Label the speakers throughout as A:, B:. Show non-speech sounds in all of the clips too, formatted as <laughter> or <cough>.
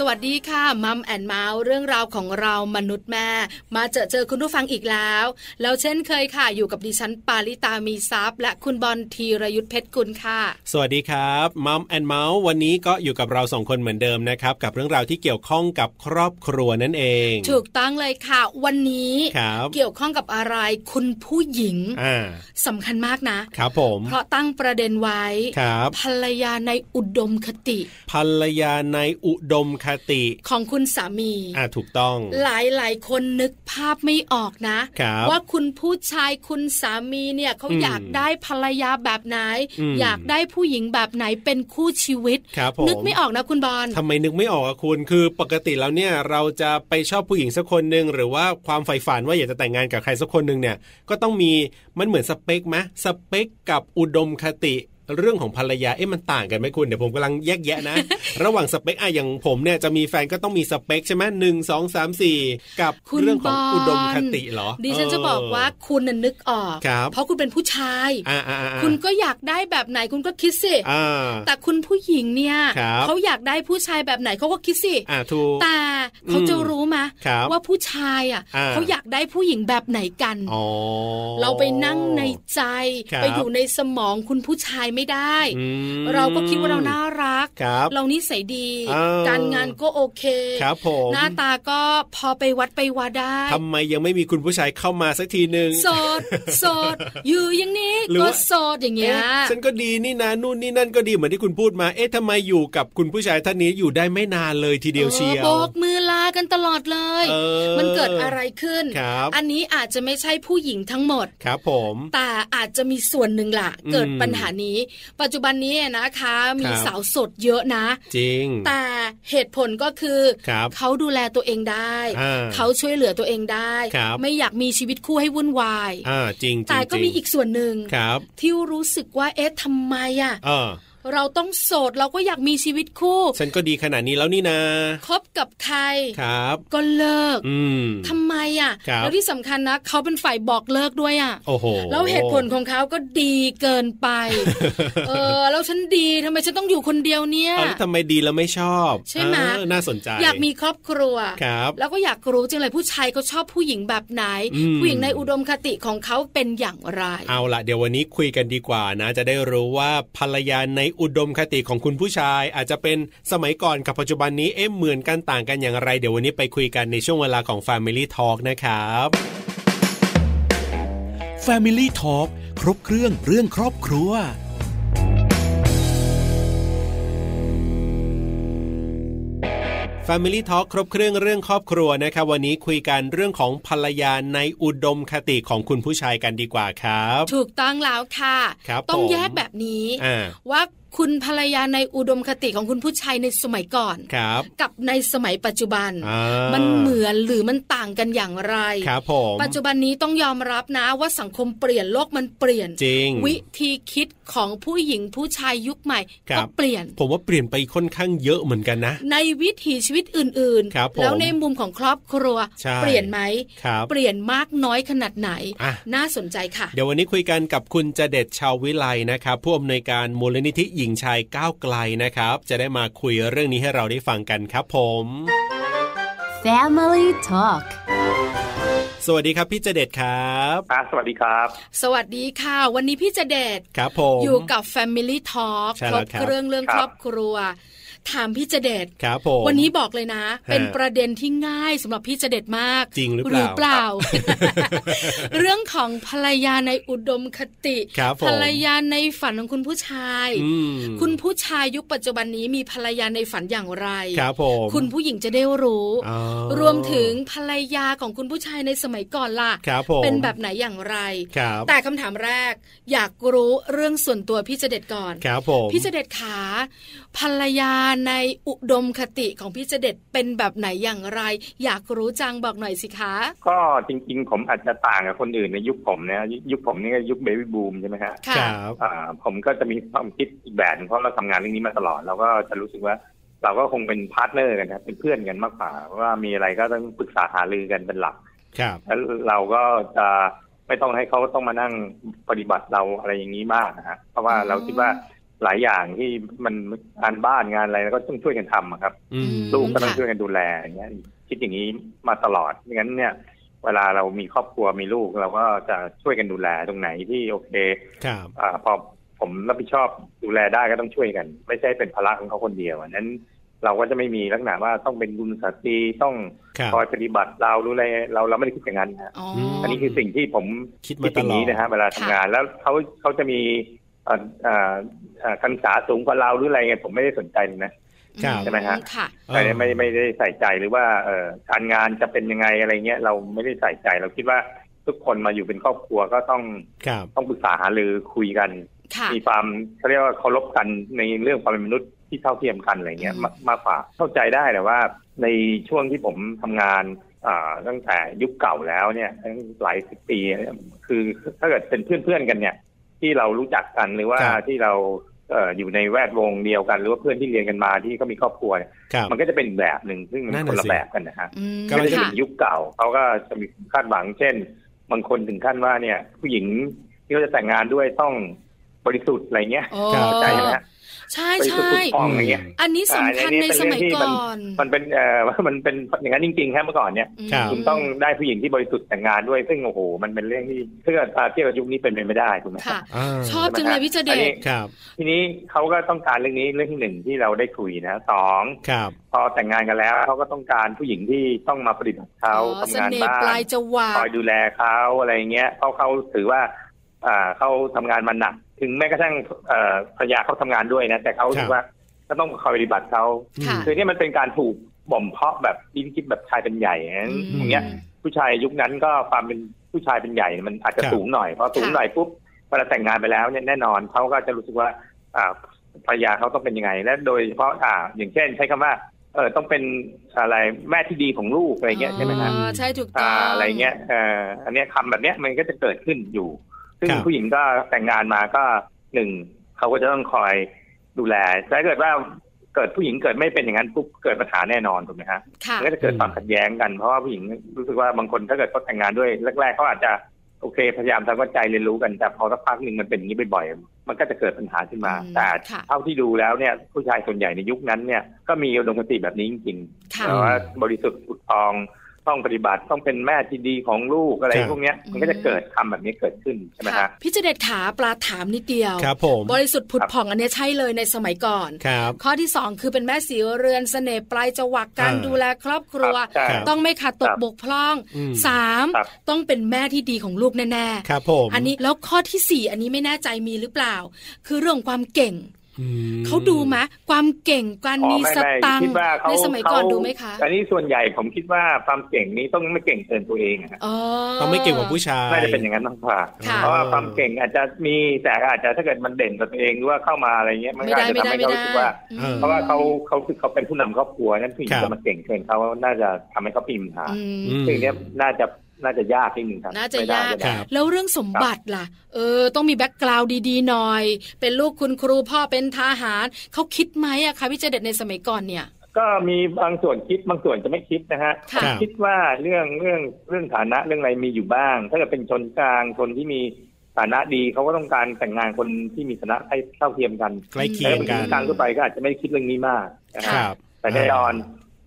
A: สวัสดีค่ะมัมแอนเมาส์เรื่องราวของเรามนุษย์แม่ มาเจอเจอคุณผู้ฟังอีกแล้ว แล้วเช่นเคยค่ะ อยู่กับดิฉันปาริตามีซัพย์และคุณบอลธีรยุทธเพชรกุลค่ะ
B: สวัสดีครับมัมแอนเมาส์วันนี้ก็อยู่กับเราสองคนเหมือนเดิมนะครับ กับเรื่องราวที่เกี่ยวข้องกับครอบครัวนั่นเอง
A: ถูกต้องเลยค่ะ วันนี้
B: ครับ
A: เกี่ยวข้องกับอะไรคุณผู้หญิง
B: อ่า
A: สำคัญมากนะ
B: ครับผม
A: เพราะตั้งประเด็นไว้
B: ครับ
A: ภรรยาในอุดมคติ
B: ภรรยาในอุดมคติ
A: ของคุณสามี
B: อ่าถูกต้อง
A: หลายหลายๆคนนึกภาพไม่ออกนะ
B: ครับ
A: ว่าคุณผู้ชายคุณสามีเนี่ยเขา
B: อืม
A: อยากได้ภรรยาแบบไหน
B: อืม
A: อยากได้ผู้หญิงแบบไหนเป็นคู่ชีวิต
B: ครับผม
A: นึกไม่ออกนะคุณบอล
B: ทำไมนึกไม่ออกอะคุณคือปกติแล้วเนี่ยเราจะไปชอบผู้หญิงสักคนหนึ่งหรือว่าความใฝ่ฝันว่าอยากจะแต่งงานกับใครสักคนหนึ่งเนี่ยก็ต้องมีมันเหมือนสเปคไหมสเปคกับอุดมคติ เรื่องของภรรยาเอ๊ะมันต่างกันไหมคุณเดี๋ยวผมกำลังแยกแยะนะ <laughs> ระหว่างสเปคอะอย่างผมเนี่ยจะมีแฟนก็ต้องมีสเปคใช่ไหมหนึ่งสองสามสี่กับ
A: คุณ
B: เรื่อง
A: บ
B: ของ
A: อล
B: อุดมคติเหรอ
A: ดิฉันจะบอกว่า
B: เ
A: คุณน่ะนึกออก
B: ครับ
A: เพราะคุณเป็นผู้ชาย
B: อ่าอ่าอ่า
A: คุณก็อยากได้แบบไหนคุณก็คิดสิ
B: อ่า
A: แต่คุณผู้หญิงเนี่ย
B: ครับ
A: เขาอยากได้ผู้ชายแบบไหนเขาก็คิดสิ
B: อ่าถูก
A: แต่เขาจะรู้ไหม
B: ครับ
A: ว่าผู้ชายอ่ะ
B: อ่า
A: เขาอยากได้ผู้หญิงแบบไหนกัน
B: อ๋อ
A: เราไปนั่งในใจ
B: ครับ
A: ไปอยู่ในสมองคุณผู้ชายไม่ได้
B: อืม
A: เราก็คิดว่าเราน่ารัก
B: ครับ
A: เรานิสัยดี
B: เออ
A: การงานก็โอเค
B: ครับผม
A: หน้าตาก็พอไปวัดไปวาได้
B: ทำไมยังไม่มีคุณผู้ชายเข้ามาสักทีหนึ่ง
A: โสดโสดอยู่อย่างนี้
B: หรือ
A: ก็
B: ว่า
A: โสดอย่างเงี้ย
B: เอ๊ะฉันก็ดีนี่นะนู่นนี่นั่นก็ดีเหมือนที่คุณพูดมาเอ๊ะทำไมอยู่กับคุณผู้ชายท่านนี้อยู่ได้ไม่นานเลยทีเดียวเชีย
A: อ
B: ว
A: อโบกมือลากันตลอดเลย
B: เออ
A: มันเกิดอะไรขึ้น
B: ครับ
A: อันนี้อาจจะไม่ใช่ผู้หญิงทั้งหมด
B: ครับผม
A: แต่อาจจะมีส่วนหนึ่งล่ะ
B: อืม
A: เกิดปัญหานี้ ปัจจุบันนี้นะคะ มี
B: ครับ
A: สาวโสดเยอะนะ
B: จริง
A: แต่เหตุผลก็คือ
B: ครับ
A: เขาดูแลตัวเองได้
B: อ่า
A: เขาช่วยเหลือตัวเองได้
B: ครับ
A: ไม่อยากมีชีวิตคู่ให้วุ่นวาย
B: อ่าจริงจริง
A: แต่ก็มีอีกส่วนหนึ่ง
B: ครับ
A: ที่รู้สึกว่าเอ๊ะทำไมอะ
B: เออ
A: เราต้องโสดเราก็อยากมีชีวิตคู่
B: ฉันก็ดีขนาดนี้แล้วนี่นะ
A: คบกับใคร
B: ครับ
A: ก็เลิก
B: อืม
A: ทำไมอะ
B: ครับ
A: แล้วที่สำคัญนะเขาเป็นฝ่ายบอกเลิกด้วยอะ
B: โอ้โห
A: แล้วเหตุผลของเขาก็ดีเกิน
B: <laughs>
A: ไป เออ แล้วฉันดีทำไมฉันต้องอยู่คนเดียวเนี่ย
B: เอาแล้วทำไมดีแล้วไม่ชอบ
A: ใช่ไหม
B: เออน่าสนใจ
A: อยากมีครอบครัว
B: ครับ
A: แล้วก็อยากรู้จังเลยผู้ชายเขาชอบผู้หญิงแบบไหน
B: อืม
A: ผู้หญิงในอุดมคติของเขาเป็นอย่างไร
B: เอาละเดี๋ยววันนี้คุยกันดีกว่านะ จะได้รู้ว่าภรรยาในอุดมคติของคุณผู้ชาย อาจจะเป็นสมัยก่อนกับปัจจุบันนี้เอ๊ะเหมือนกันต่างกันอย่างไร เดี๋ยววันนี้ไปคุยกันในช่วงเวลาของ Family Talk นะครับ
C: Family Talk ครบเครื่องเรื่องครอบครัว
B: Family Talk ครบเครื่องเรื่องครอบครัวนะครับวันนี้คุยกันเรื่องของภรรยาในอุดมคติของคุณผู้ชายกันดีกว่าครับ
A: ถูกต้องแล้วค่ะ
B: ครับ
A: ต้อง
B: ผม
A: แยกแบบนี้
B: อ่า
A: ว่าคุณภรรยาในอุดมคติของคุณผู้ชายในสมัยก่อน
B: ครับ
A: กับในสมัยปัจจุบัน
B: อ่า
A: มันเหมือนหรือมันต่างกันอย่างไร
B: ครับผม
A: ปัจจุบันนี้ต้องยอมรับนะว่าสังคมเปลี่ยนโลกมันเปลี่ยน
B: จริง
A: วิธีคิดของผู้หญิงผู้ชายยุคใหม่
B: ครั
A: ก็
B: บ
A: เปลี่ยน
B: ผมว่าเปลี่ยนไปค่อนข้างเยอะเหมือนกันนะ
A: ในวิถีชีวิตอื่น
B: ครับผม
A: แล้วในมุมของครอบครัว
B: ใช่
A: เปลี่ยนไหม
B: ครับ
A: เปลี่ยนมากน้อยขนาดไหน
B: อ่ะ
A: น่าสนใจค่ะ
B: เดี๋ยววันนี้คุยกันกับคุณจเด็ดชาววิไลนะครับผู้อำนวยการมูลนิธิหญิงชายก้าวไกลนะครับ จะได้มาคุยเรื่องนี้ให้เราได้ฟังกันครับผม
D: Family Talk
B: สวัสดีครับพี่จเด็ดครับ
E: อ่ะสวัสดีครับ
A: สวัสดีค่ะ วันนี้พี่เจเดช
B: ครับผม
A: อยู่กับ Family Talk
B: ใช่
A: คร
B: แล้ว
A: บ
B: ครับ
A: เครื่องเรื่อง
E: ค
A: ครับ รอบครัว ถามพี่เจเดช
B: ครับผม
A: วันนี้บอกเลยนะ เป็น
B: ฮะ
A: ประเด็นที่ง่ายสำหรับพี่เจเดชมาก <laughs>
B: จริงหรือเปล่า <laughs>
A: เรื่องของภรรยาในอุดมคติ
B: ครับผม
A: ภรรยาในฝันของคุณผู้ชาย
B: อืม
A: คุณผู้ชายยุคปัจจุบันนี้มีภรรยาในฝันอย่างไร
B: ครับผม
A: คุณผู้หญิงจะได้รู้
B: อ๋อ
A: รวมถึงภรรยาของคุณผู้ชายในสมัยก่อนล่ะ
B: ครับผม
A: เป็นแบบไหนอย่างไร
B: ครับ
A: แต่คำถามแรก อยากรู้เรื่องส่วนตัวพี่เจเด็ดก่อน
B: ครับผม
A: พี่เจเด็ดขาภรรยาในอุดมคติของพี่เจเด็ดเป็นแบบไหนอย่างไร อยากรู้จังบอกหน่อยสิคะ
E: ก็จริง ๆ ผมอาจจะต่างกับคนอื่นในยุคผมนะยุยุคผมนี่ก็ยุคเบบี้บูมใช่ไหมฮะ
A: ค่ะ
B: ครับ
E: อ่าผมก็จะมีความคิดอีกแบบหนึ่งเพราะเราทำงานเรื่องนี้มาตลอดเราก็จะรู้สึกว่า เราก็คงเป็นพาร์ทเนอร์กันนะเป็นเพื่อนกันมากกว่าว่ามีอะไรก็ต้องปรึกษาหารือกันเป็นหลัก
B: ครับ
E: แล้วเราก็จะ ไม่ต้องให้เขาต้องมานั่งปฏิบัติเราอะไรอย่างนี้มากนะฮะเพราะว่าเราคิดว่าหลายอย่างที่มันงานบ้านงานอะไรเราก็ต้องช่วยกันทำอะครับ
B: อืม
E: ลูกก็ต้อง
A: ค่ะ
E: ช่วยกันดูแลอย่างเงี้ยคิดอย่างนี้มาตลอดไม่งั้นเนี่ย เวลาเรามีครอบครัวมีลูกเราก็จะช่วยกันดูแลตรงไหนที่โอเค
B: ครับ
E: อาพอผมรับผิดชอบดูแลได้ก็ต้องช่วยกัน ไม่ใช่เป็นภาระของเขาคนเดียวอันนั้นเราก็จะไม่มีลักษณะว่าต้องเป็นบุญสตรีต้อง
B: ครับ
E: คอยปฏิบัติเราดูแลเราเราไม่ได้คิดอย่างนั้นนะ
A: อ๋อ
E: อันนี้คือสิ่งที่ผม
B: คิดมา
E: คิดอย่าง
B: ต
E: นี้
B: ลอด
E: นะฮะเวลาทำ
A: ค่ะ
E: งานแล้วเขาเขาจะมีเอ่อเอ่อเอ่อการศึกษาสูงกว่าเราหรืออะไรเงี้ยผมไม่ได้สนใจเลยนะ
B: ครับ
E: ใช่ไหมฮะ
A: ค่ะ
E: ไม่ได้ไม่ไม่ได้ใส่ใจหรือว่าเออการงานจะเป็นยังไงอะไรเงี้ยเราไม่ได้ใส่ใจเราคิดว่าทุกคนมาอยู่เป็นครอบครัวก็ต้อง
B: ครับ
E: ต้องปรึกษาหารือคุยกัน
A: ค่ะ
E: มีความเขาเรียกว่าเคารพกันในเรื่องความเป็นมนุษย์ที่เท่าเทียมกันอะไรเงี้ย
A: อืม
E: มากมากกว่าเข้าใจได้แต่ว่าในช่วงที่ผมทำงานอ่าตั้งแต่ยุคเก่าแล้วเนี่ยตั้งหลายสิบปีเนี่ยคือถ้าเกิดเป็นเพื่อนๆกันเนี่ย ที่เรารู้จักกันหรือว่า
B: ครับ
E: ที่เราเอ่ออยู่ในแวดวงเดียวกัน หรือว่าเพื่อนที่เรียนกันมาที่ก็มีครอบครัวเนี่ย
B: ครับ
E: มันก็จะเป็นอีกแบบหนึ่งซึ่งมัน
B: นั่นน่ะ
E: คนละ
B: สิ
E: แบบกันนะฮะ
A: อืม
B: กำลั
E: มั
B: งจ
E: นจะ
A: ค่ะ
E: เป็นยุคเก่าเขาก็จะมีคาดหวัง เช่น บางคนถึงขั้นว่าเนี่ยผู้หญิงที่เขาจะแต่งงานด้วยต้องบริสุทธิ์อะไรเงี้ย
A: โอ้
B: เข้า
E: เข้าใจไหมฮะ
A: ใช่
E: บริสุท
A: ใช่
E: ธิ์ถูกต้องอะไรเงี้ย
A: อันนี้สำคัญ
E: อันนี้
A: ใน
E: เป็น
A: สมัย
E: เรื่
A: ก่
E: องที่
A: อน
E: มันเป็นเอ่อว่ามันเป็นอย่างนั้นจริงๆครับเมื่อก่อนเนี่ย
A: อืม
B: ครับ
E: คุณต้องได้ผู้หญิงที่บริสุทธิ์แต่งงานด้วย ซึ่งโอ้โหมันเป็นเรื่องที่เพื่อถ้าเทียบกับยุคนี้เป็นไปไม่ได้ถูกไหม
A: ค่ะ
E: บ
B: อ่า
A: ชอบจังเลยวิจเด
E: อันนี้
A: ช
B: ครับ
E: ทีนี้เขาก็ต้องการเรื่องนี้เรื่องที่หนึ่งที่เราได้คุยนะสอง
B: ครับ
E: พอแต่งงานกันแล้วเขาก็ต้องการผู้หญิงที่ต้องมาปฏิบัติเขา
A: อ๋อ
E: ทำงาน
A: เสน่ห์
E: บ้า
A: ปลาน ยจวัก
E: คอยดูแลเขาอะไรเงี้ยเขาะเขาถือว่า อ่าเขาทำงานมาหนัก ถึงแม้กระทั่งเอ่อภรรยาเขาทำงานด้วยนะแต่เขา
B: ครับ
E: ถือว่าก็ต้องคอยปฏิบัติเขา
A: ค่ะ
E: คือเนี่ยมันเป็นการถูกบ่มเพาะแบบดินคิดแบบชายเป็นใหญ่งั้น
A: อืม
E: อย่างเงี้ย ผู้ชายยุคนั้นก็ความเป็นผู้ชายเป็นใหญ่มันอาจจะ
B: ครับ
E: สูงหน่อยพอสูงหน่อยปุ๊บเวลาแต่งงานไปแล้วเนี่ยแน่นอนเขาก็จะรู้สึกว่าอ่าภรรยาเขาต้องเป็นยังไง และโดยเฉพาะอ่า อย่างเช่น ใช้คำว่าเออต้องเป็นอะไรแม่ที่ดีของลูกอะไรเงี้ยใช่ไหมครับ
A: อ๋อใช่ถูกต้
E: อ่า
A: อง
E: อะไรเงี้ยเอ่ออันเนี้ยคำแบบเนี้ยมันก็จะเกิดขึ้นอยู่ ซึ่ง
B: ครับ
E: ผู้หญิงก็แต่งงานมาก็หนึ่งเขาก็จะต้องคอยดูแลถ้าเกิดว่าเกิดผู้หญิงเกิดไม่เป็นอย่างนั้นปุ๊บเกิดปัญหาแน่นอนถูกไหมฮะ
A: ค่ะ
E: มันก็จะเกิดความขัดแย้งกันเพราะว่าผู้หญิงรู้สึกว่าบางคนถ้าเกิดเขาแต่งงานด้วยแรกๆเขาอาจจะโอเคพยายามทำความเข้าใจเรียนรู้กันแต่พอสักพักหนึ่งมันเป็นอย่างนี้บ่อยๆมันก็จะเกิดปัญหาขึ้นมา
A: อืม
E: แต่
A: ค่ะ
E: เท่าที่ดูแล้วเนี่ยผู้ชายส่วนใหญ่ในยุคนั้นเนี่ยก็มีอุดมคติแบบนี้จริง
A: ค่ะ
E: ๆแต่ว่าบริสุทธิ์ผุดทองต้องปฏิบัติต้องเป็นแม่ที่ดีของลูกอะไร
B: ครับ
E: พวกเนี้ยมันก็จะเกิดคำแบบนี้เกิดขึ้นใช่ไหม
A: ค่ะ
E: ฮะ
A: พี่เจเดชขาปลาถามนิดเดียว
B: ครับผม
A: บริสุทธิ์ผุด
E: ครับ
A: ผ่องอันเนี้ยใช่เลยในสมัยก่อน
B: ครับ
A: ข้อที่ 2 คือเป็นแม่สีเรือนเสน่ห์ปลายจวักการ
B: อ่า
A: ดูแลครอบครัว
E: ใช่
B: ครับ
A: ต้องไม่ขาดต
E: ค
A: ก
E: รับบ
A: กพร่อง
B: อืม
A: สาม
E: ครับ
A: ต้องเป็นแม่ที่ดีของลูกแน่
B: ครับผม
A: ๆอันนี้แล้วข้อที่สี่อันนี้ไม่แน่ใจมีหรือเปล่า คือเรื่องความเก่ง
B: อืม
A: เขาดูไหมความเก่งการ
E: อ๋อ
A: มี
E: ไไ
A: สตัง
E: คิ
A: ค์
E: ดว่าเขา
A: ในสมัยก่อน
E: เขา
A: ดูไหมคะ
E: อันนี้ส่วนใหญ่ผมคิดว่าความเก่งนี้ต้องไม่เก่งเกินตัวเองอะฮะ
A: อ๋อ
B: ต้องไม่เก่งกว่าผู้ชาย
E: น่าจะเป็นอย่างนั้นมากกว่า
A: ค่ะ
E: เพราะว่าความเก่งอาจจะมีแต่อาจจะถ้าเกิดมันเด่นกับตัวเองหรือว่าเข้ามาอะไรเงี้ยมัน
A: ไม่
E: ก็อา
A: ได้ไม่
E: จจะทำ
A: ได้
E: ให้
A: ไม่
E: เขา
A: ได้
E: รู้สึกว่า
A: อืม
B: เออ
E: เพราะว่าเขาเขาคือเขาเป็นผู้นำครอบครัวนั้นผู้หญิง
B: ครับ
E: จะมาเก่งเกินเขาน่าจะทำให้เขาปีมปัญหา
A: อืม
B: อืม
E: ซึ่งเนี้ยน่าจะน่าจะยากนิดนึงครับ
A: น่าจะ
E: ไม่ได้
A: ยาก
E: ไม่
B: ครั
E: ได้
B: บ
A: แล้วเรื่องสมบัติล่ะ เออ ต้องมีแบ็กกราวด์ดีๆหน่อย เป็นลูกคุณครูพ่อเป็นทหาร เขาคิดไหมอะคะพี่เจเด็ดในสมัยก่อนเนี่ย
E: ก็มีบางส่วนคิดบางส่วนจะไม่คิดนะฮะ
A: ค่ะ
E: ผมคิดว่าเรื่องเรื่องเรื่องฐานะเรื่องอะไรมีอยู่บ้าง ถ้าเกิดเป็นชนกลางชนที่มีฐานะดีเขาก็ต้องการแต่งงานคนที่มีฐานะให้เท่าเทียมกัน
B: ใกล้เคี
E: แต่
B: ยง
E: ถ้าเป็น
B: กั
E: ช
B: น
E: นกลางทั่วไปก็อาจจะไม่ได้คิดเรื่องนี้มากนะ
B: ค
E: ฮะ
B: รับ
E: แต่แน่นอน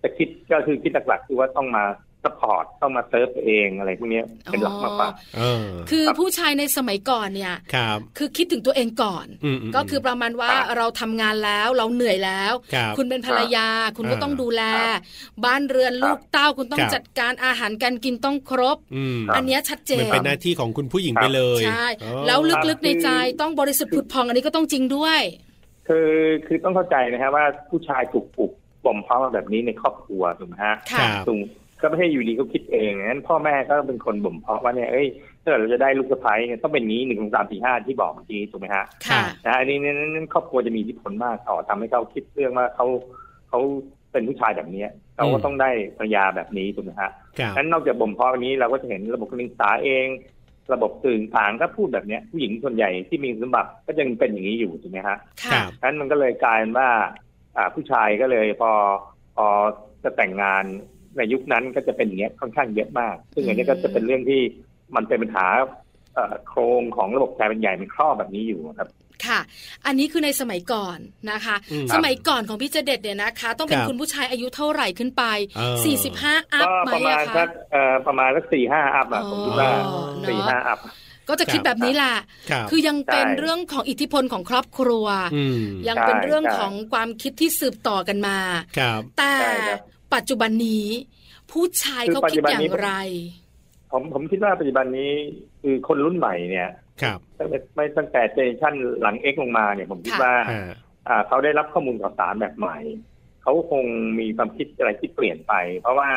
E: จะคิดก็คือคิดหลักๆคือว่าต้องมาสปอร์ตต้องมาเซิร์ฟตัวเองอะไรพวกเนี้ยเป็นหลักมากกว่า
A: อ๋อ
B: เออ
A: คือผู้ชายในสมัยก่อนเนี่ย
B: ครับ
A: คือคิดถึงตัวเองก่อน
B: อืมม
A: ก็คือประมาณว่า
E: ครับ
A: เราทำงานแล้วเราเหนื่อยแล้ว
B: ครับ
A: คุณเป็นภรรยา คุณก็
B: อ่า
A: ต้องดูแล
E: ครับ
A: บ้านเรือน
E: ครับ
A: ลูกเต้าคุณต้องจัดการอาหารการกินต้องครบ
B: อืม
A: อันเนี้ยชัดเจ
B: มัน
A: น
B: เป็นหน้าที่ของคุณผู้หญิงไปเลย
A: ใช่
B: เออ
A: แล้ว
E: ครับ
A: ลึกๆในใจ
E: คือ
A: ต้องบริสุทธิ์ผุดพองอันนี้ก็ต้องจริงด้วย
E: คือคือต้องเข้าใจนะฮะว่าผู้ชายถูกปลูกบ่มเพาะมาแบบนี้ในครอบครัวถูกไหมฮะ
B: ค
A: ค่ะ
B: รับ
E: ถูกก็ไม่ใช่อยู่ดีเขาคิดเองงั้นพ่อแม่ก็เป็นคนบ่มเพาะว่าเนี่ยเอ้ยถ้าเกิดเราจะได้ลูกสะใภ้เนี่ยต้องเป็นอย่างนี้หนึ่งสองสามสี่ห้าที่บอกเมื่อกี้ถูกไหมฮะ
A: ค่ะ
E: นะอันนี้เนยนั้นนั้นครอบครัวจะมีอิทธิพลมากต่อทำให้เขาคิดเรื่องว่าเขาเขาเป็นผู้ชายแบบเนี้ยเขาก็
B: อืม
E: ต้องได้ภรรยาแบบนี้ถูกไหมฮะ
B: ครับ
E: นั้นนอกจากบ่มเพาะอันนี้เราก็จะเห็นระบบการศึกษาเอง ระบบสื่อต่างก็พูดแบบเนี้ยผู้หญิงส่วนใหญ่ที่มีคุณสมบัติก็ยังเป็นอย่างนี้อยู่ถูกไหมฮะ
B: ค
A: ค่ะ
B: รับ
E: นั้นมันก็เลยกลายเป็นว่าอ่าผู้ชายก็เลยพอพอจะแต่งงานในยุคนั้นก็จะเป็นอย่างเงี้ยค่อนข้างเยอะมาก ซึ่งอันนี้ก็จะเป็นเรื่องที่มันเป็นปัญหา เอ่อโครงของระบบการเป็นใหญ่มันครอบแบบนี้อยู่ครับ
A: ค่ะ อันนี้คือในสมัยก่อนนะคะ
B: อืม
A: สมัยก่อนของพี่เจเด็ดเนี่ยนะคะ ต้องเป็น
B: ครับ
A: คุณผู้ชายอายุเท่าไหร่ขึ้นไป
B: เออ
A: 45 อัพ
E: ก็
A: ไหม
E: ประมาณ
A: อะ
E: สั
A: คะ
E: กเอ่อประมาณสักสี่ห้าอัพอะ
A: อ๋อ
E: ผมคิดว่า
A: เนอะ
E: สี่ห้าอัพ
A: ก็จะคิด
B: ครับ
A: แบบนี้แหละ
B: ครับ
A: คือยังเป็น
E: ใช่
A: เรื่องของอิทธิพลของครอบครัว
B: ม
A: ยัง
E: ใช่
A: เป็นเรื่อง
E: ใช่
A: ของความคิดที่สืบต่อกันมา
B: ครับ
A: แต่
E: ใช่ครับ
A: ปัจจุบันนี้ ผู้ชาย
E: คือ
A: เขา
E: ปัจ
A: คิ
E: จุ
A: ด
E: บัน
A: อย่า
E: นี้
A: งไร
E: ผมผมคิดว่าปัจจุบันนี้คือคนรุ่นใหม่เนี่ย
B: ครับ
E: ตั้งแต่ไม่ตั้งแต่เจเนชั่นหลัง X ลงมาเนี่ยผมคิด
A: ค่ะ
E: ว่า
B: อ่า
E: อ่าเขาได้รับข้อมูลข่าวสารแบบใหม่ เขาคงมีความคิดอะไรที่เปลี่ยนไป เพราะว่า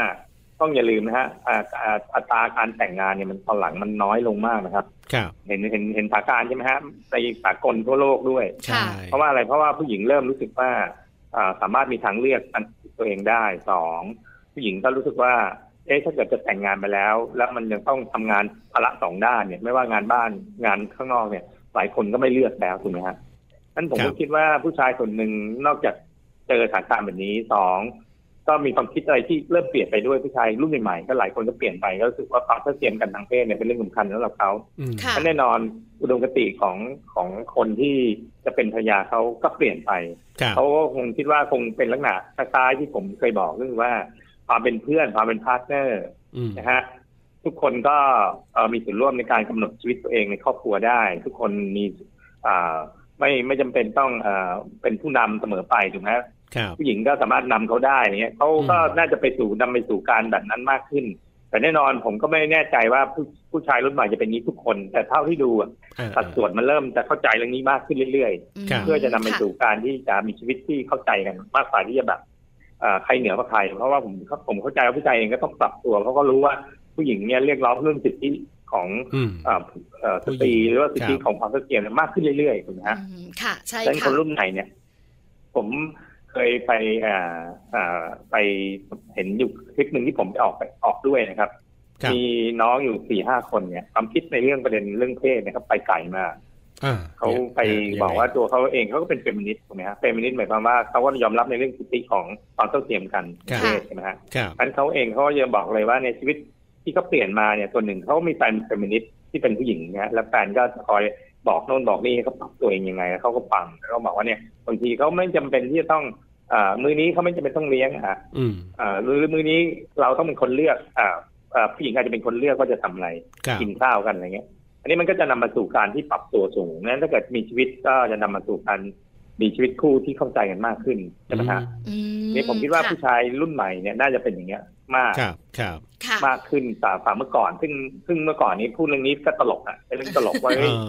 E: ต้องอย่าลืมนะฮะอ่าอ่าอัตราการแต่งงานเนี่ยมันตอนหลังมันน้อยลงมากนะครับ
B: ครับ
E: เห็นเห็นเห็นสถานการณ์ใช่ไหมฮะในสากลทั่วโลกด้วย
B: ใช่
E: เพราะว่าอะไรเพราะว่าผู้หญิงเริ่มรู้สึกว่าอ่าสามารถมีทางเลือกทางตัวเองได้สองผู้หญิงก็รู้สึกว่า เอ๊ะถ้าเกิดจะแต่งงานไปแล้ว แล้วมันยังต้องทำงานภาระสองด้านเนี่ย ไม่ว่างานบ้านงานข้างนอกเนี่ย หลายคนก็ไม่เลือกแล้วถูกไหมฮะนั่นผม
B: ครั
E: ก็
B: บ
E: คิดว่าผู้ชายส่วนหนึ่งนอกจากเจอสถานการณ์แบบนี้สองก็มีความคิดอะไรที่เริ่มเปลี่ยนไปด้วยผู้ชายรุ่นใหม่ๆก็หลายคนก็เปลี่ยนไปก็รู้สึกว่าความเท่าเทียมกันทางเพศเนี่ยเป็นเรื่องสำคัญสำหรับเขา
B: อืม
A: ค่ะ
E: ก็แน่นอนอุดมคติของของคนที่จะเป็นภรรยาเขาก็เปลี่ยนไป
B: ครับ
E: เขาก็คงคิดว่าคงเป็นลักษณะคล้ายๆที่ผมเคยบอกก็คือว่าความเป็นเพื่อนความเป็นพาร์ทเนอร์
B: อืม
E: นะฮะทุกคนก็เอ่อมีส่วนร่วมในการกำหนดชีวิตตัวเองในครอบครัวได้ ทุกคนมีอ่าไม่ไม่จำเป็นต้องเอ่อเป็นผู้นำเสมอไปถูกไหมฮะ
B: ครับ
E: ผู้หญิงก็สามารถนำเขาได้อย่างเงี้ยเขาก็
B: อืม
E: น่าจะไปสู่นำไปสู่การแบบนั้นมากขึ้น แต่แน่นอนผมก็ไม่แน่ใจว่าผู้ผู้ชายรุ่นใหม่จะเป็นอย่างนี้ทุกคน แต่เท่าที่ดูอะ
B: อ่า
E: สัดส่วนมันเริ่มจะเข้าใจเรื่องนี้มากขึ้นเรื่อย
B: ครับ
E: ๆ เพื่อจะนำไป
A: ค่ะ
E: สู่การที่จะมีชีวิตที่เข้าใจกันมากกว่าที่จะแบบเอ่อใครเหนือกว่าใคร เพราะว่าผมผมเข้าใจว่าผู้ชายเองก็ต้องปรับตัวเพราะก็รู้ว่าผู้หญิงเนี่ยเรียกร้องเรื่องสิทธิของ
B: อืม
E: เอ่อเอ่อสตรีหรือว่าสิทธิของความเท่าเทียมเนี่ยมากขึ้นเรื่อยๆถูกไหมฮะ
A: อืมค่ะ ใช่
E: ดังนั้นค
A: ค่ะ
E: นรุ่นใหม่เนี่ย ผมเคยไปอ่าอ่าไปเห็นอยู่คลิปหนึ่งที่ผมไปออกไปออกด้วยนะครับ
B: ครับ
E: มีน้องอยู่สี่ห้าคนเนี่ย ความคิดในเรื่องประเด็นเรื่องเพศเนะครับ ไปไกลมาก
B: อ่า
E: เขาไปบอกว่าตัวเขาเองเขาก็เป็นเฟมินิสต์ถูกไหมฮะเฟมินิสต์หมายความว่าเขาก็ยอมรับในเรื่องสิทธิของความเท่าเทียมกัน
A: ครับ
E: เพศใช่ไหมฮะ
B: ครับ
E: อันเขาเองเขาก็ยังบอกเลยว่าในชีวิตที่เขาเปลี่ยนมาเนี่ยตัวหนึ่งเขามีแฟนเฟมินิสต์ที่เป็นผู้หญิงนะฮะแล้วแฟนก็คอยบอกโน่นบอกนี่ให้เขาปรับตัวเองยังไงแล้วเขาก็ฟังแล้วก็บอกว่าเนี่ยบางทีเขาไม่จำเป็นที่จะต้องเอ่อมือนี้เขาไม่จำเป็นต้องเลี้ยงอะฮะ
B: อืม
E: เอ่อหรือมือนี้เราต้องเป็นคนเลือกอ่าเอ่อผู้หญิงอาจจะเป็นคนเลือกว่าจะทำอะไร
B: ครับ
E: กินข้าวกันอะไรเงี้ย อันนี้มันก็จะนำมาสู่การที่ปรับตัวสูงนั้นถ้าเกิดมีชีวิตก็จะนำมาสู่การมีชีวิตคู่ที่เข้าใจกันมากขึ้นใช่ไหมฮะ
A: อื
E: นี่ผมคิดว่า
A: ะ
E: ผู้ชายรุ่นใหม่เนี่ยน่าจะเป็นอย่างเงี้ยมาก
B: ครับ ครับ
A: ค่ะ
E: มากขึ้นกว่าฝ่าเมื่อก่อน ซึ่งซึ่งเมื่อก่อนนี้พูดเรื่องนี้ก็ตลกอะเป็นเรื่องตลกว่า
B: เอ
E: เฮ้ย
B: อ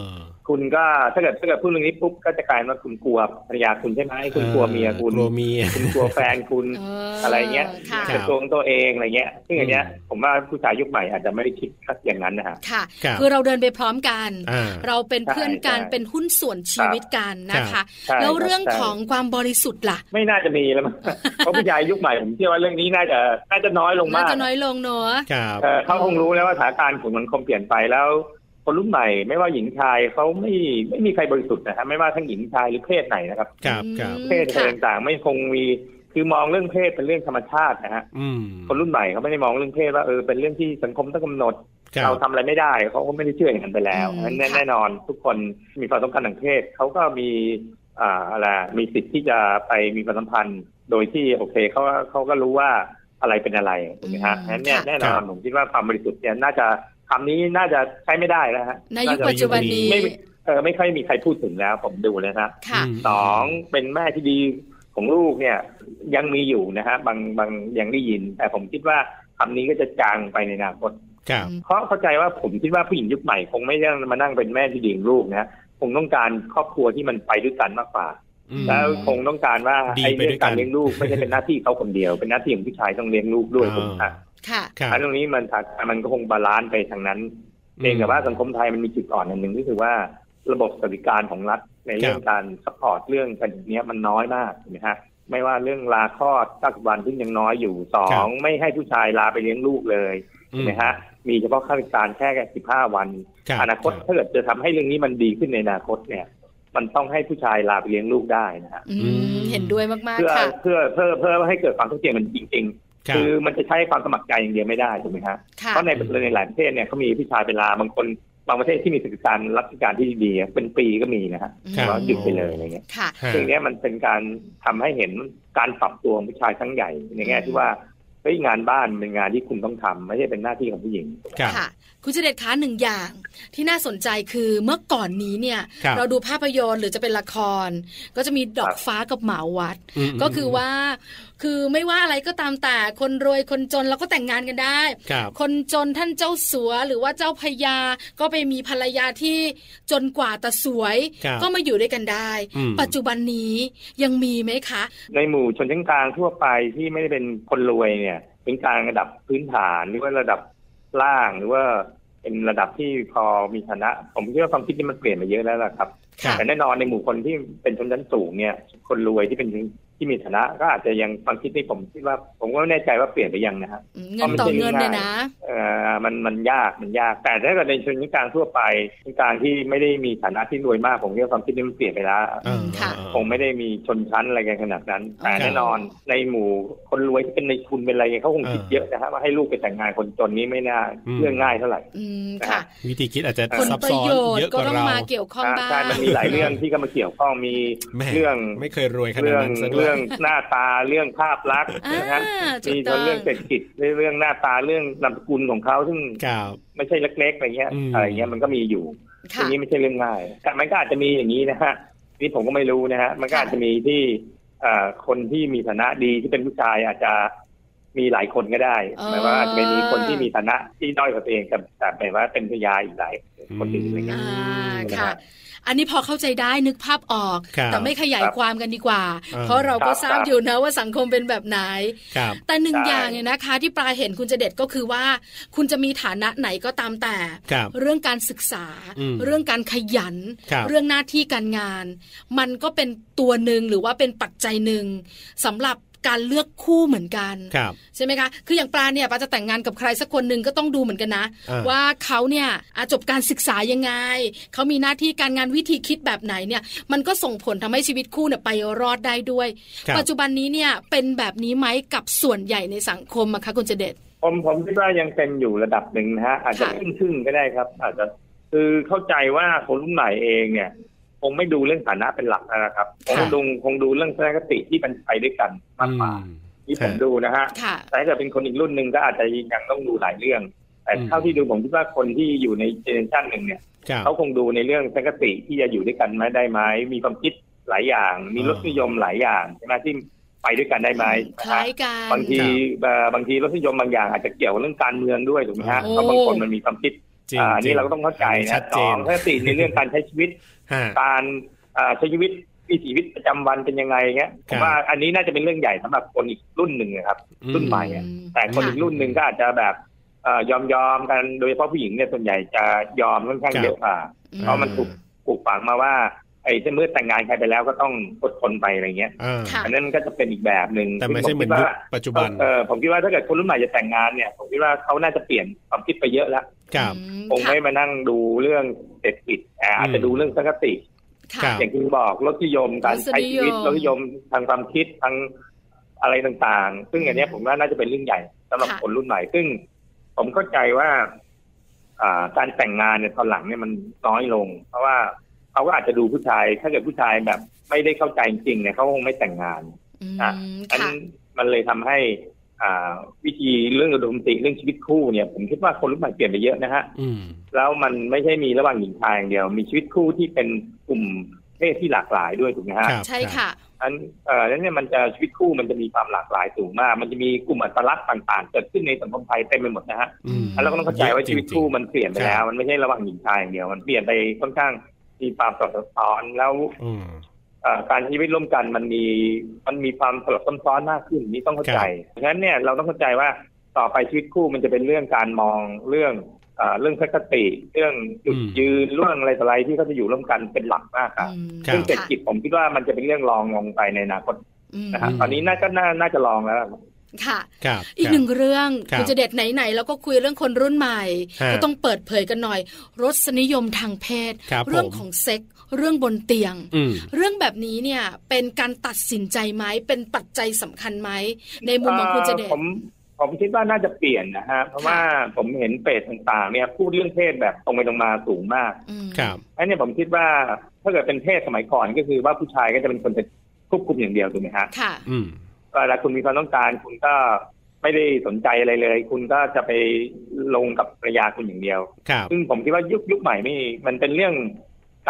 E: คุณก็ถ้าเกิดถ้าเกิดพูดเรื่องนี้ปุ๊บก็จะกลายเป็นว่าคุณกลัวภรรยาคุณใช่ไหมคุณกลัวเมียคุณ
B: กลัวเมีย
E: คุณกลัวแฟน
A: <laughs>
E: คุณ
A: เ
E: อะไรเงี้ย
A: ค่ะ
E: จะโกงตัวเองอะไรเงี้ย ซึ่งอันเนี้ย
B: อืม
E: ผมว่าผู้ชายยุคใหม่อาจจะไม่ได้คิดอย่างนั้นนะฮะ
A: ค่ะ
B: ครับ
A: คือเราเดินไปพร้อมกัน
B: อ่า
A: เราเป็นเพื่อนกัน
E: ใช่
A: เป็นหุ้นส่วนชีวิตกันนะคะ
E: ใช่
A: แล้ว
E: คบ
A: เรื่อง
E: ใช่
A: ของความบริสุทธิ์ล่ะ
E: ไม่น่าจะมีแล้ว
A: <laughs>
E: มั้ง เพราะผู้ใหญ่ยุคใหม่ผมเชื่อว่าเรื่องนี้น่าจะน่าจะน้อยล
A: น่าม
E: งาก
A: จะน้อยลงเนอะ
B: ครับ
E: เอ่อเขาคงรู้แล้วว่าสถานการณ์ของสังคมเปลี่ยนไปแล้ว คนรุ่นใหม่ไม่ว่าหญิงชายเขาไม่ไม่มีใครบริสุทธิ์นะฮะไม่ว่าทั้งหญิงชายหรือเพศไหนนะครับ
B: ครับ ครับ
E: เพศอะไร
A: ค่ะ
E: ต่างๆไม่คงมีคือมองเรื่องเพศเป็นเรื่องธรรมชาตินะฮะ
B: อืม
E: คนรุ่นใหม่เขาไม่ได้มองเรื่องเพศว่าเออเป็นเรื่องที่สังคมต้องกำหนด
B: คบ
E: เราทำอะไรไม่ได้เขาก็ไม่ได้เชื่ออย่างนั้นไปแล้ว
A: อืม
E: งั้นแน่
A: ค่ะ
E: แน่นอนทุกคนมีความต้องการทางเพศเขาก็มีอ่าอะไรมีสิทธิ์ที่จะไปมีความสัมพันธ์ โดยที่โอเคเขาเขาก็รู้ว่าอะไรเป็นอะไรถูกไหมฮะงั้นเนี่ยแน่นอนผมคิดว่าความบริสุทธิ์เนี่ยน่าจะคำนี้น่าจะใช้ไม่ได้แล้วฮะ
A: ในยุคปัจจุบันนี้
E: ไม่เออไม่ค่อยมีใครพูดถึงแล้วผมดูเลยนะ
A: ค่ะ
B: ม
E: สองเป็นแม่ที่ดีของลูกเนี่ยยังมีอยู่นะฮะบางบางยังได้ยิน แต่ผมคิดว่าคำนี้ก็จะจางไปในอนาคต
B: ครับ
E: เพราะเข้าใจว่าผมคิดว่าผู้หญิงยุคใหม่คงไม่ได้มานั่งเป็นแม่ที่ดีของลูกนะคงต้องการครอบครัวที่มันไปด้วยกันมากกว่า
B: อืม
E: แล้วคงต้องการว่า
B: ดี
E: ไอ้
B: ไป
E: เรื่
B: ด้วย
E: อง
B: กัน
E: การเลี้ยงลูกไม่ใช่เป็นหน้าที่เขาคนเดียว เป็นหน้าที่ของผู้ชายต้องเลี้ยงลูกด้วยผม
B: อ่า
E: อ่ะ
A: ค่ะ
B: ครับ
E: อันตรงนี้มันมันก็คงบาลานซ์ไปทางนั้น
B: อืม
E: เองแต่ว่าสังคมไทยมันมีจุดอ่อนอันหนึ่งก็คือว่าระบบสวัสดิการของรัฐในเรื่อง
B: ครับ
E: การสปอร์ตเรื่องกันเนี้ยมันน้อยมากเห็นะฮะไม่ว่าเรื่องลาคลอดสักวันที่งยังน้อยอยู่สองไม่ให้ผู้ชายลาไปเลี้ยงลูกเลย
B: อืม
E: นะฮะ มีเฉพาะข้าราชการแค่15 วัน
B: รับ
E: อนาคต
B: รับ
E: ถ้าเกิดจะทำให้เรื่องนี้มันดีขึ้นในอนาคตเนี่ย มันต้องให้ผู้ชายลาไปเลี้ยงลูกได้นะฮะ
A: อื
B: อื
A: ม
B: ม
A: เห็นด้วยมาก
E: เพื่อ
A: ๆ ค่ะ
E: เพื่อเพื่อเพื่อให้เกิดความเท่าเทียมกันจริงๆ
B: รับ
E: คือมันจะใช้ความสมัครใจอย่างเดียวไม่ได้ถูกไหมฮะ
A: ค่ะ
E: เพราะในในหลายประเทศเนี่ยเขามีผู้ชายไปลาบางคน บางประเทศที่มีศึกษารับราชการที่ดีอะเป็นปีก็มีนะฮะ
B: ครับ
E: แล้วหยุดไปเลยอะไรเงี้ย
A: ค่ะ
B: ฮะ
E: สิ่งเนี้ยมันเป็นการทำให้เห็นการปรับตัวของผู้ชายครั้งใหญ่ในแง่ที่ว่าเฮ้ยงานบ้านเป็นงานที่คุณต้องทำไม่ใช่เป็นหน้าที่ของผู้หญิง
B: ครับ
A: ค่ะ คุณเจเดชคะหนึ่งอย่างที่น่าสนใจคือเมื่อก่อนนี้เนี่ย
B: ครับ
A: เราดูภาพยนตร์หรือจะเป็นละคร ก็จะมีดอก
E: ครับ
A: ฟ้ากับหมาวัด
B: อืม
A: ก็คือว่า คือไม่ว่าอะไรก็ตามแต่คนรวยคนจนเราก็แต่งงานกันได้
B: ครับ
A: คนจนท่านเจ้าสัวหรือว่าเจ้าพญาก็ไปมีภรรยาที่จนกว่าแต่สวย
B: ครับ
A: ก็มาอยู่ด้วยกันได้
B: อืม
A: ปัจจุบันนี้ยังมีไหมคะ
E: ในหมู่ชนชั้นกลางทั่วไปที่ไม่ได้เป็นคนรวยเนี่ย เป็นกลางระดับพื้นฐานหรือว่าระดับล่างหรือว่าเป็นระดับที่พอมีฐานะ ผมคิดว่าความคิดนี้มันเปลี่ยนมาเยอะแล้วล่ะครับ
B: ครับ
E: แต่แน่นอนในหมู่คนที่เป็นชนชั้นสูงเนี่ย คนรวยที่เป็นที่มีฐานะ ก็อาจจะยังความคิดนี้ผมคิดว่า ผมก็ไม่แน่ใจว่าเปลี่ยนไปยังนะฮะ
A: เงินต่อเงินเนี่ยนะ
E: เอ่อมันมันยากมันยาก แต่ถ้าเกิดในชนชั้นกลางทั่วไปชนกลางที่ไม่ได้มีฐานะที่รวยมากผมคิดว่าความคิดนี้มันเปลี่ยนไปแล้ว
B: เออ
A: ค่ะ
B: เออ
E: คงไม่ได้มีชนชั้นอะไรกันขนาดนั้น แต่
B: ครับ
E: แน่นอนในหมู่คนรวยที่เป็นในทุนเป็นอะไรเขาคงคิด
B: เออ
E: เยอะนะฮะว่าให้ลูกไปแต่งงานคนจนนี้ไม่น่า
B: อืม
E: เรื่องง่ายเท่าไหร่
A: อืม
E: นะฮะ
A: ค่ะ
B: วิธีคิดอาจจะ
A: ผล
B: ซับ
A: ประ
B: ซ้อน
A: โยช
B: เย
A: น์
B: อะก
A: ก็
B: ว่า
A: ต้อง
B: เรา
A: มาเกี่ยวข้องบ้าง
E: ใช่มันมีหลายเรื่องที่ก็มาเกี่ยวข้องมี
B: แหม่
E: เรื่อง
B: ไม่เคยรวยขนาด
E: เรื่อง
B: นั้นซะด้ว
E: เรื่
B: ย
E: องหน้าตาเรื่องภาพลักษณ์
A: อ่า
E: นะฮะ
A: ถูก
E: มี
A: ต้
E: ทั้
A: อง
E: งเรื่องเศรษฐกิจเรื่องหน้าตาเรื่องนามสกุลของเขาซึ่ง
B: ครับ
E: ไม่ใช่เล็กๆอะไรเงี้ย
B: อืม
E: อะไรเงี้ยมันก็มีอยู่ที
A: ค่ะ
E: นี้ไม่ใช่เรื่องง่ายแต่มันก็อาจจะมีอย่างนี้นะฮะนี่ผมก็ไม่รู้นะฮะมันก็อาจจะมีที่เอ่อคนที่มีฐานะดีที่เป็นผู้ชายอาจจะมีหลายคนก็ได้
A: เออ
E: หมายว่าอาจจะมีคนที่มีฐานะที่ด้อยกว่าตัวเองแต่แต่หมายว่าเป็นพยาอีกหลายคนอื่นอะไรเงี้ย
A: อ่า
E: นะ
A: ค่ะ
E: ฮะ
A: อันนี้พอเข้าใจได้นึกภาพออก
B: ครับ
A: แต่ไม่ขยาย
E: ครับ
A: ความกันดีกว่า
B: เออ
A: เพราะเราก็
E: ครับ
A: ทราบ
E: ครับ
A: อยู่นะว่าสังคมเป็นแบบไหน
B: ครับ
A: แต่หนึ่ง
E: ใช่
A: อย่างเนี่ยนะคะที่ปลาเห็นคุณจะเด็ดก็คือว่า คุณจะมีฐานะไหนก็ตามแต่
B: ครับ
A: เรื่องการศึกษา
B: อืม
A: เรื่องการขยัน
B: ครับ
A: เรื่องหน้าที่การงาน มันก็เป็นตัวหนึ่งหรือว่าเป็นปัจจัยหนึ่งสำหรับการเลือกคู่เหมือนกัน
B: ครับ
A: ใช่ไหมคะ คืออย่างปลาเนี่ยปลาจะแต่งงานกับใครสักคนหนึ่งก็ต้องดูเหมือนกันนะ
B: อ่า
A: ว่าเขาเนี่ยอ่ะจบการศึกษายังไง เขามีหน้าที่การงานวิธีคิดแบบไหนเนี่ย มันก็ส่งผลทำให้ชีวิตคู่เนี่ยไปรอดได้ด้วย
B: ครับ
A: ปัจจุบันนี้เนี่ยเป็นแบบนี้ไหมกับส่วนใหญ่ในสังคมอะคะคุณเจเดต
E: ผมผมคิดว่ายังเป็นอยู่ระดับหนึ่งนะฮะอาจจะ
A: ค่ะ
E: ครึ่งๆก็ได้ครับ อาจจะคือเข้าใจว่าคนรุ่นใหม่เองเนี่ย คงไม่ดูเรื่องฐานะเป็นหลักแล้วนะครับคงดูคงดูเรื่องทัศนคติที่เป็นไปด้วยกันมากกว่า
B: อืม
E: ที่ผม
B: ฮะ
E: ดูนะฮะ
A: ค่ะ
E: แต่ถ้าเกิดเป็นคนอีกรุ่นหนึ่งก็อาจจะยังต้องดูหลายเรื่อง แต่
B: อืม
E: เท่าที่ดูผมคิดว่าคนที่อยู่ในเจเนอเรชันหนึ่งเนี่ย
B: ครับ
E: เขาคงดูในเรื่องทัศนคติที่จะอยู่ด้วยกันไหมได้ไหมมีความคิดหลายอย่าง มี
B: อ่าร ร
E: สนิยมหลายอย่างใช่ไหมที่ไปด้วยกันได้ไหม
A: คล้ายกัน
E: บางที
B: ครั
E: เอ่อบางทีรสนิยมบางอย่างอาจจะเกี่ยวกับเรื่องการเมืองด้วยถูกไหมฮะ
A: โอ้
E: เพราะบางคนมันมีความคิด
B: จริง
E: อ่าอัน
B: จ
E: นี่เราก็ต้องเข้าใจ
B: ชั
E: นะ
B: ด
E: ส
B: เจ
E: อง
B: น
E: ทัศนคติในเรื่องการใช้ชีวิต
B: ฮะ
E: การเอ่อใช้ชีวิตวิถีชีวิตประจำวันเป็นยังไงเงี้ยผ
B: ครั
E: ม
B: บ
E: ว่าอันนี้น่าจะเป็นเรื่องใหญ่สำหรับคนอีกรุ่นหนึ่งนะครับ รุ่นใหม่อะ
A: อืม
E: แต่คน
A: ค่ะ
E: อีกรุ่นหนึ่งก็อาจจะแบบเอ่อยอมยอมกันโดยเฉพาะผู้หญิงเนี่ยส่วนใหญ่จะยอมค่อนข้าง
B: ครับ
E: เยอะกว่า
A: อืม
E: เพราะมันถูกปลูกฝังมาว่า ไอ้เมื่อแต่งงานใครไปแล้วก็ต้องอดทนไปอะไรเงี้ย
B: อ่า
A: ค่ะ
E: อันนั้นก็จะเป็นอีกแบบหนึ่ง
B: แต่ไม่ใช่เหมือน
E: ซึ่ง
B: ยุค
E: ผคิดว่า
B: ปัจจุบัน
E: เออผมคิดว่าถ้าเกิดคนรุ่นใหม่จะแต่งงานเนี่ยผมคิดว่าเขาน่าจะเปลี่ยนความคิดไปเยอะแล้ว
B: ครับ
A: อืม
E: คงไม่มานั่งดูเรื่องเศรษฐกิจแต่อาจจะดูเรื่องสังคติ
A: ค่ะ
B: ครั
A: ค่ะ
B: บ
E: อย่างที่บอกรสนิยมการใช้ชีวิต
A: ร
E: ร
A: ส
E: ส
A: นิ
E: นิ
A: ย
E: ย
A: ม
E: มทางความคิดทางอะไรต่างๆ ซึ่งอันเนี้ยผมว่าน่าจะเป็นเรื่องใหญ่สำหรับ
A: ค่ะ
E: คนรุ่นใหม่ ซึ่งผมเข้าใจว่า อ่าการแต่งงานเนี่ยตอนหลังเนี่ยมันน้อยลง เพราะว่าเขาก็อาจจะดูผู้ชาย ถ้าเกิดผู้ชายแบบไม่ได้เข้าใจจริงๆเนี่ยเขาคงไม่แต่งงาน
A: อืม
E: อ่ะ อัน
A: ค่ะ
E: มันเลยทำให้ อ่า วิธีเรื่องอุดมติเรื่องชีวิตคู่เนี่ย ผมคิดว่าคนรุ่นใหม่เปลี่ยนไปเยอะนะฮะ
B: อืม
E: แล้วมันไม่ใช่มีระหว่างหญิงชายอย่างเดียว มีชีวิตคู่ที่เป็นกลุ่มเพศที่หลากหลายด้วยถูกไหมฮะ
B: ครับ
A: ใช่ค่ะ
E: อันเอ่อนั้นเนี่ยมันจะชีวิตคู่มันจะมีความหลากหลายสูงมาก มันจะมีกลุ่มอัตลักษณ์ต่างๆ เกิดขึ้นในสังคมไทยเต็มไปหมดนะฮะ
B: อืม
E: อันเราก็ต้องเข้าใจว่า
B: เยอะจริงๆ
E: ชีวิตคู่มันเปลี่ยนไปแล้ว มันไม่ใช่ระหว่างหญิงชายอย่างเดียว มันเปลี่ยนไปค่อนข้างมีความสลับซับซ้อนแล้ว
B: อืม
E: เอ่อการใช้ชีวิตร่วมกันมันมีมันมีความสลับซับซ้อนมากขึ้นนี่ต้องเข้าใจเพราะฉะนั้นเนี่ยเราต้องเข้าใจว่าต่อไปชีวิตคู่มันจะเป็นเรื่องการมองเรื่องเอ่อเรื่องทัศนคติเรื่องจุด
B: อืม
E: ยืนเรื่องอะไรต่ออะไรที่เขาจะอยู่ร่วมกันเป็นหลักมากครับ
A: อืม
B: ครั
E: ซึ่
B: บ
E: งเศรษฐกิจผมคิดว่ามันจะเป็นเรื่องรองลงไปในอนาคต
A: อืม
E: นะฮะ
B: อืม
E: ตอนนี้น่าก็น่าน่าจะรองแล้ว
A: ค่ะ
B: ครับ
A: อีกหนึ่งเรื่อง
B: ครับ
A: ณจะเด็ดไหนๆแล้วก็คุยเรื่องคนรุ่นใหม่
B: ฮะ
A: ก็ต้องเปิดเผยกันหน่อย รสนิยมทางเพศ
B: ครับผม
A: เรื่องของเซ็กส์เรื่องบนเตียง
B: อืม
A: เรื่องแบบนี้เนี่ยเป็นการตัดสินใจไหมเป็นปัจจัยสำคัญไหมในมุมของคุณจะเด็ด
E: ผมผ ผมคิดว่าน่าจะเปลี่ยนนะฮะเพราะว่าผมเห็นเพจต่างๆเนี่ยพูดเรื่องเพศแบบตรงไปตรงมาสูงมาก
A: อืม
B: ครับ
E: ไอ้เนี่ยผมคิดว่าถ้าเกิดเป็นเพศสมัยก่อนก็คือว่าผู้ชายก็จะเป็นคนไปควบคุมอย่างเดียวถูกไหมฮะ
A: ค่ะ
B: อืม
E: เวลาคุณมีความต้องการคุณก็ไม่ได้สนใจอะไรเลย คุณก็จะไปลงกับภรรยาคุณอย่างเดียว
B: ครับ
E: ซึ่งผมคิดว่ายุคยุคใหม่นี่มันเป็นเรื่อง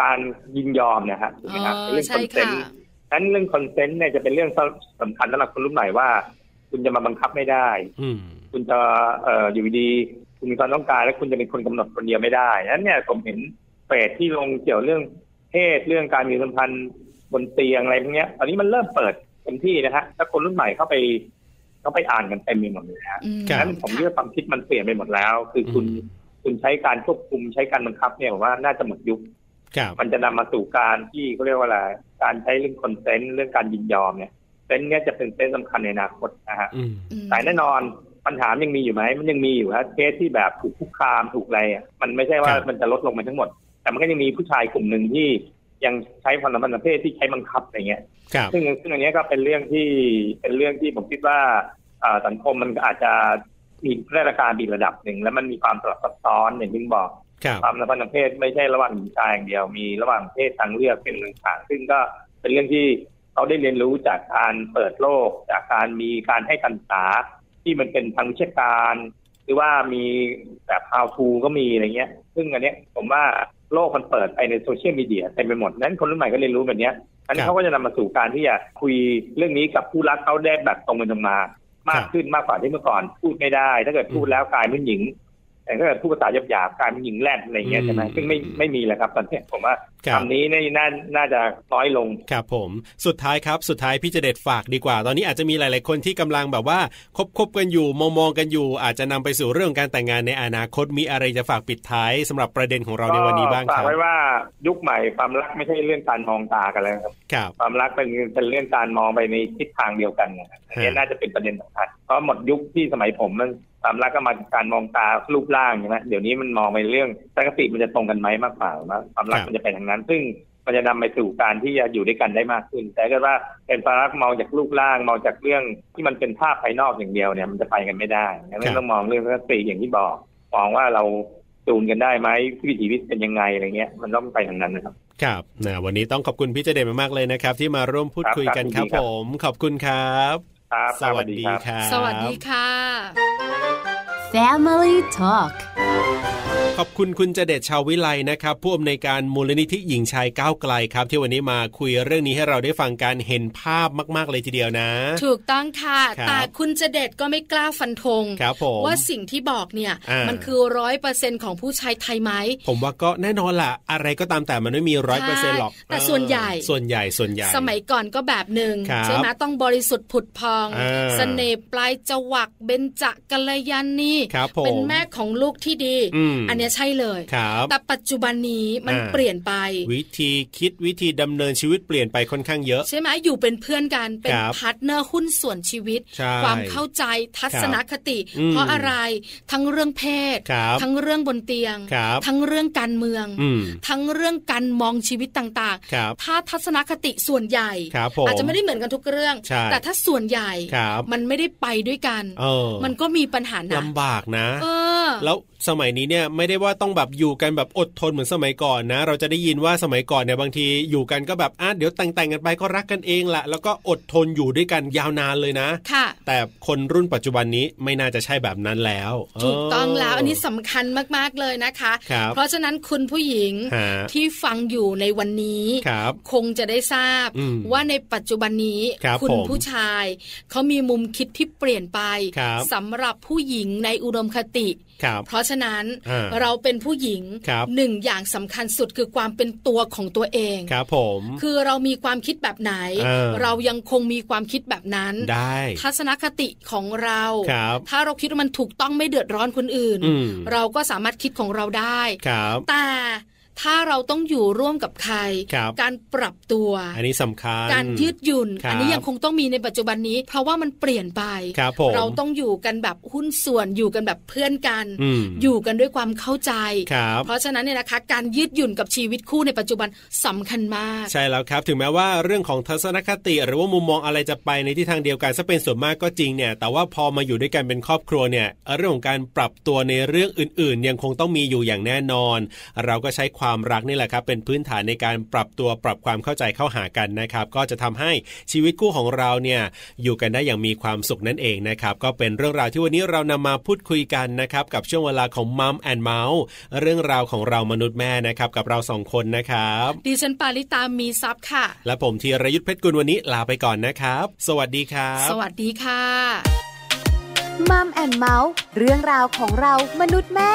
E: การยินยอมนะฮะถูกไหมครับ
A: อ๋อ
E: เป็น
A: ใช่
E: เรื่องคอนเซนต์
A: ค่ะ
E: นั้นเรื่องคอนเซนต์เนี่ยจะเป็นเรื่องสำคัญสำหรับคนรุ่นใหม่ว่า คุณจะมาบังคับไม่ได้
B: อืม
E: คุณจะเอ่ออยู่ดีๆคุณมีความต้องการและคุณจะเป็นคนกำหนดคนเดียวไม่ได้นั้นเนี่ยผมเห็นเฟสที่ลงเกี่ยวเรื่องเพศเรื่องการมีสัมพันธ์บนเตียงอะไรพวกเนี้ย ตอนนี้มันเริ่มเปิดเต็มที่นะฮะถ้าคนรุ่นใหม่เข้าไปเข้าไปอ่านกันเต็มไปหมดเลยนะ
A: อืม
E: นั้นผมคิด
A: ค่ะ
E: ว่าความคิดมันเปลี่ยนไปหมดแล้ว คือคุณคุณใช้การควบคุมใช้การบังคับเนี่ยผมว่าน่าจะหมดยุค
B: ครับ
E: มันจะนำมาสู่การที่เขาเรียกว่าอะไรการใช้เรื่องคอนเซนต์เรื่องการยินยอมเนี่ยเซนต์เนี่ยจะเป็นเซนต์สำคัญในอนาคตนะฮะ
B: อืม
A: อืม
E: แต่แน่นอนปัญหามันยังมีอยู่ไหมมันยังมีอยู่ฮะเคสที่แบบถูกคุกคามถูกอะไรอ่ะมันไม่ใช่ว่ามันจะลดลงไปทั้งหมด แต่มันก็ยังมีผู้ชายกลุ่มหนึ่งที่ยังใช้ความสัมพันธ์ทางเพศที่ใช้บังคับอะไรเงี้ย
B: ครับ
E: ซึ่งซึ่งอันเนี้ยก็เป็นเรื่องที่เป็นเรื่องที่ผมคิดว่าอ่าสังคมมันอาจจะมีเรื่องการบีระดับหนึ่งแล้วมันมีความสลับซับซ้อนอย่างที่บอก
B: ครับ
E: ความสัมพันธ์ทางเพศไม่ใช่ระหว่างหญิงชายอย่างเดียว มีระหว่างเพศทางเลือกเป็นหนึ่งทางซึ่งก็เป็นเรื่องที่เขาได้เรียนรู้จากการเปิดโลก จากการมีการให้การศึกษาที่มันเป็นทางวิชาการ หรือว่ามีแบบ how to ก็มีอะไรเงี้ย ซึ่งอันเนี้ยผมว่าโลกมันเปิดไปในโซเชียลมีเดียเต็มไปหมดนั้นคนรุ่นใหม่ก็เรียนรู้แบบเนี้ยอัน
B: ค
E: นี้
B: รับ
E: เขาก็จะนำมาสู่การที่จะคุยเรื่องนี้กับผู้รักเขาได้แบบตรงไปตรงมา
B: ค
E: มาก
B: รับ
E: ขึ้นมากกว่าที่เมื่อก่อนพูดไม่ได้ ถ้าเกิดพูดแล้วกลายเป็นหญิง แต่ถ้าเกิดพูดภาษาหยาบๆกลายเป็นหญิงแรดอะไรอย่างเงี้ยใช่ไหม
B: อืม
E: ซึ่งไม่ไม่มีแล้วครับตอนเนี้ยผมว่า
B: ครับ
E: คำนี้นี่น่าน่าจะน้อยลง
B: ครับผมสุดท้ายครับสุดท้ายพี่เจเด็ดฝากดีกว่า ตอนนี้อาจจะมีหลาย ๆ คนที่กำลังแบบว่าคบคบกันอยู่มองมองกันอยู่ อาจจะนำไปสู่เรื่องการแต่งงานในอนาคตมีอะไรจะฝากปิดท้ายสำหรับประเด็นของเราในวันนี้บ้าง
E: ก็
B: ค
E: ฝา
B: รั
E: ก
B: บ
E: ไว้ว่ายุคใหม่ความรักไม่ใช่เรื่องการมองตากันแล้วครับ
B: ครับ
E: ความรักเป็นเป็นเรื่องการมองไปในทิศทางเดียวกันนะครับอันนี้
B: ฮะ
E: น่าจะเป็นประเด็นสำคัญเพราะหมดยุคที่สมัยผมมันความรักก็มาจากการมองตารูปร่างใช่ไหมเดี๋ยวนี้มันมองไปเรื่องทัศนคติมันจะตรงกันไหมมากกว่าว่าความรักมันจะไปทางนั้น ซึ่งมันจะนำไปสู่การที่จะอยู่ด้วยกันได้มากขึ้น แต่ถ้าเก็ว่าเป็นความรักมองจากรูปร่างมองจากเรื่องที่มันเป็นภาพภายนอกอย่างเดียวเนี่ยมันจะไปกันไม่ได้ดังนั้นต้องมองเรื่องทัศนคติอย่างที่บอก มองว่าเราจูนกันได้ไหมวิถีชีวิตเป็นยังไงอะไรเงี้ย มันต้องไปทางนั้นนะครับ
B: ครับนะวันนี้ต้องขอบคุณพี่เจเด็ดมาก ๆ เลยนะครับ ที่มาร่วมพูด
E: ครับ
B: คุยกัน
E: ครั
B: ครับ
E: บยินดีครั
B: ผ
E: บ
B: ม ขอบคุณครับ
E: ครั
B: ครั
E: บ
B: บ
A: สวัสดีค่ะ
D: Family Talk
B: ขอบคุณคุณเจเดชชาววิไลนะครับผู้อำนวยการมูลนิธิหญิงชายก้าวไกลครับ ที่วันนี้มาคุยเรื่องนี้ให้เราได้ฟังการเห็นภาพมาก ๆ เลยทีเดียวนะ
A: ถูกต้องค่ะ
B: ครับ
A: แต่คุณจะเด็ดก็ไม่กล้าฟันธง
B: ครับผม
A: ว่าสิ่งที่บอกเนี่ย
B: อ่ามั
A: มันคือร้อยเปอร์เซ็นของผู้ชายไทยไหม
B: ผมว่าก็แน่นอนล่ะ อะไรก็ตามแต่มันไม่มีร้อยเปอร์เซ็นต์หรอก
A: แต่ส่วนใหญ่
B: ส่วนใหญ่ส่วนใหญ่
A: สมัยก่อนก็แบบหนึ่ง
B: ครับ
A: ใช่ไหมต้องบริสุทธิ์ผุดพอง
B: อ่า
A: เสน่ห์ปลายจวักเบญจกัลยานี
B: ครับผม
A: เป็นแม่ของลูกที่ดี
B: อืม
A: นเนี้ยใช่เลย
B: ครับ
A: แต่ปัจจุบันนี้มัน
B: อ่า
A: เปลี่ยนไป
B: วิธีคิดวิธีดำเนินชีวิตเปลี่ยนไปค่อนข้างเยอะ
A: ใช่ไหมอยู่เป็นเพื่อนกันเป็น
B: ครับ
A: พาร์ทเนอร์หุ้นส่วนชีวิต
B: ใช่
A: ความเข้าใจทัศนคติ
B: อืม
A: เพราะอะไรทั้งเรื่องเพศ
B: ครับ
A: ทั้งเรื่องบนเตียง
B: ครับ
A: ทั้งเรื่องการเมือง
B: อืม
A: ทั้งเรื่องการมองชีวิตต่าง
B: ครับ
A: ถ้าทัศนคติส่วนใหญ่
B: ครับผม
A: อาจจะไม่ได้เหมือนกันทุกเรื่อง
B: ใช่
A: แต่ถ้าส่วนใหญ่
B: ครับ
A: มันไม่ได้ไปด้วยกัน
B: เออ
A: มันก็มีปัญหานะ
B: ลำบากนะ
A: เออ
B: แล้วสมัยนี้เนี่ยไม่ได้ว่าต้องแบบอยู่กันแบบอดทนเหมือนสมัยก่อนนะ เราจะได้ยินว่าสมัยก่อนเนี่ยบางทีอยู่กันก็แบบอ่ะเดี๋ยวแต่งแต่งๆกันไปก็รักกันเองละแล้วก็อดทนอยู่ด้วยกันยาวนานเลยนะ
A: ค่ะ
B: แต่คนรุ่นปัจจุบันนี้ไม่น่าจะใช่แบบนั้นแล้ว
A: ถูกต้องแล้วอันนี้
B: เ
A: สำคัญมากๆเลยนะคะ
B: ครับ
A: เพราะฉะนั้นคุณผู้หญิง
B: ฮะ
A: ที่ฟังอยู่ในวันนี้
B: ครับ
A: คงจะได้ทราบ
B: อืม
A: ว่าในปัจจุบันนี้
B: ครับ
A: ณ
B: ผม
A: ผู้ชายเขามีมุมคิดที่เปลี่ยนไป
B: ครับ
A: สำหรับผู้หญิงในอุดมคติ
B: ครับ
A: เพราะฉะนั้น
B: อ่า
A: เราเป็นผู้หญิง
B: ครับ
A: หนึ่งอย่างสำคัญสุดคือความเป็นตัวของตัวเอง
B: ครับผม
A: คือเรามีความคิดแบบไหน
B: เออ
A: เรายังคงมีความคิดแบบนั้น
B: ได้
A: ทัศนคติของเรา
B: ครับ
A: ถ้าเราคิดว่ามันถูกต้องไม่เดือดร้อนคนอื่น
B: อืม
A: เราก็สามารถคิดของเราได้
B: ครับ
A: แต่ ถ้าเราต้องอยู่ร่วมกับใคร
B: ครับ
A: การปรับตัว
B: อันนี้สำคัญ
A: การยืดหยุ่น
B: ครับ
A: อันี้ยังคงต้องมีในปัจจุบันนี้ เพราะว่ามันเปลี่ยนไป
B: ครับผม
A: เราต้องอยู่กันแบบหุ้นส่วนอยู่กันแบบเพื่อนกัน
B: อืม
A: อยู่กันด้วยความเข้าใจ
B: ครับ
A: เพราะฉะนั้นเนี่ยนะคะ การยืดหยุ่นกับชีวิตคู่ในปัจจุบันสำคัญมาก
B: ใช่แล้วครับ ถึงแม้ว่าเรื่องของทัศนคติ หรือว่ามุมมองอะไรจะไปในทิศทางเดียวกันซะเป็นส่วนมากก็จริงเนี่ย แต่ว่าพอมาอยู่ด้วยกันเป็นครอบครัวเนี่ยเรื่องของการปรับตัวในเรื่องอื่น ๆ ยังคงต้องมีอยู่อย่างแน่นอน เราก็ใช้ความรักนี่แหละครับเป็นพื้นฐานในการปรับตัวปรับความเข้าใจเข้าหากันนะครับ ก็จะทำให้ชีวิตคู่ของเราเนี่ยอยู่กันได้อย่างมีความสุขนั่นเองนะครับก็เป็นเรื่องราวที่วันนี้เรานำมาพูดคุยกันนะครับกับช่วงเวลาของมัมแอนเมาส์เรื่องราวของเรามนุษย์แม่นะครับกับเราสองคนนะครับ
A: ดิฉันปาริตามีซับค่ะ
B: และผมธีรยุทธเพชรกุลวันนี้ลาไปก่อนนะครับ สวัสดีครับ
A: สวัสดีค่ะ
D: มัมแอนเมาส์เรื่องราวของเรามนุษย์แม่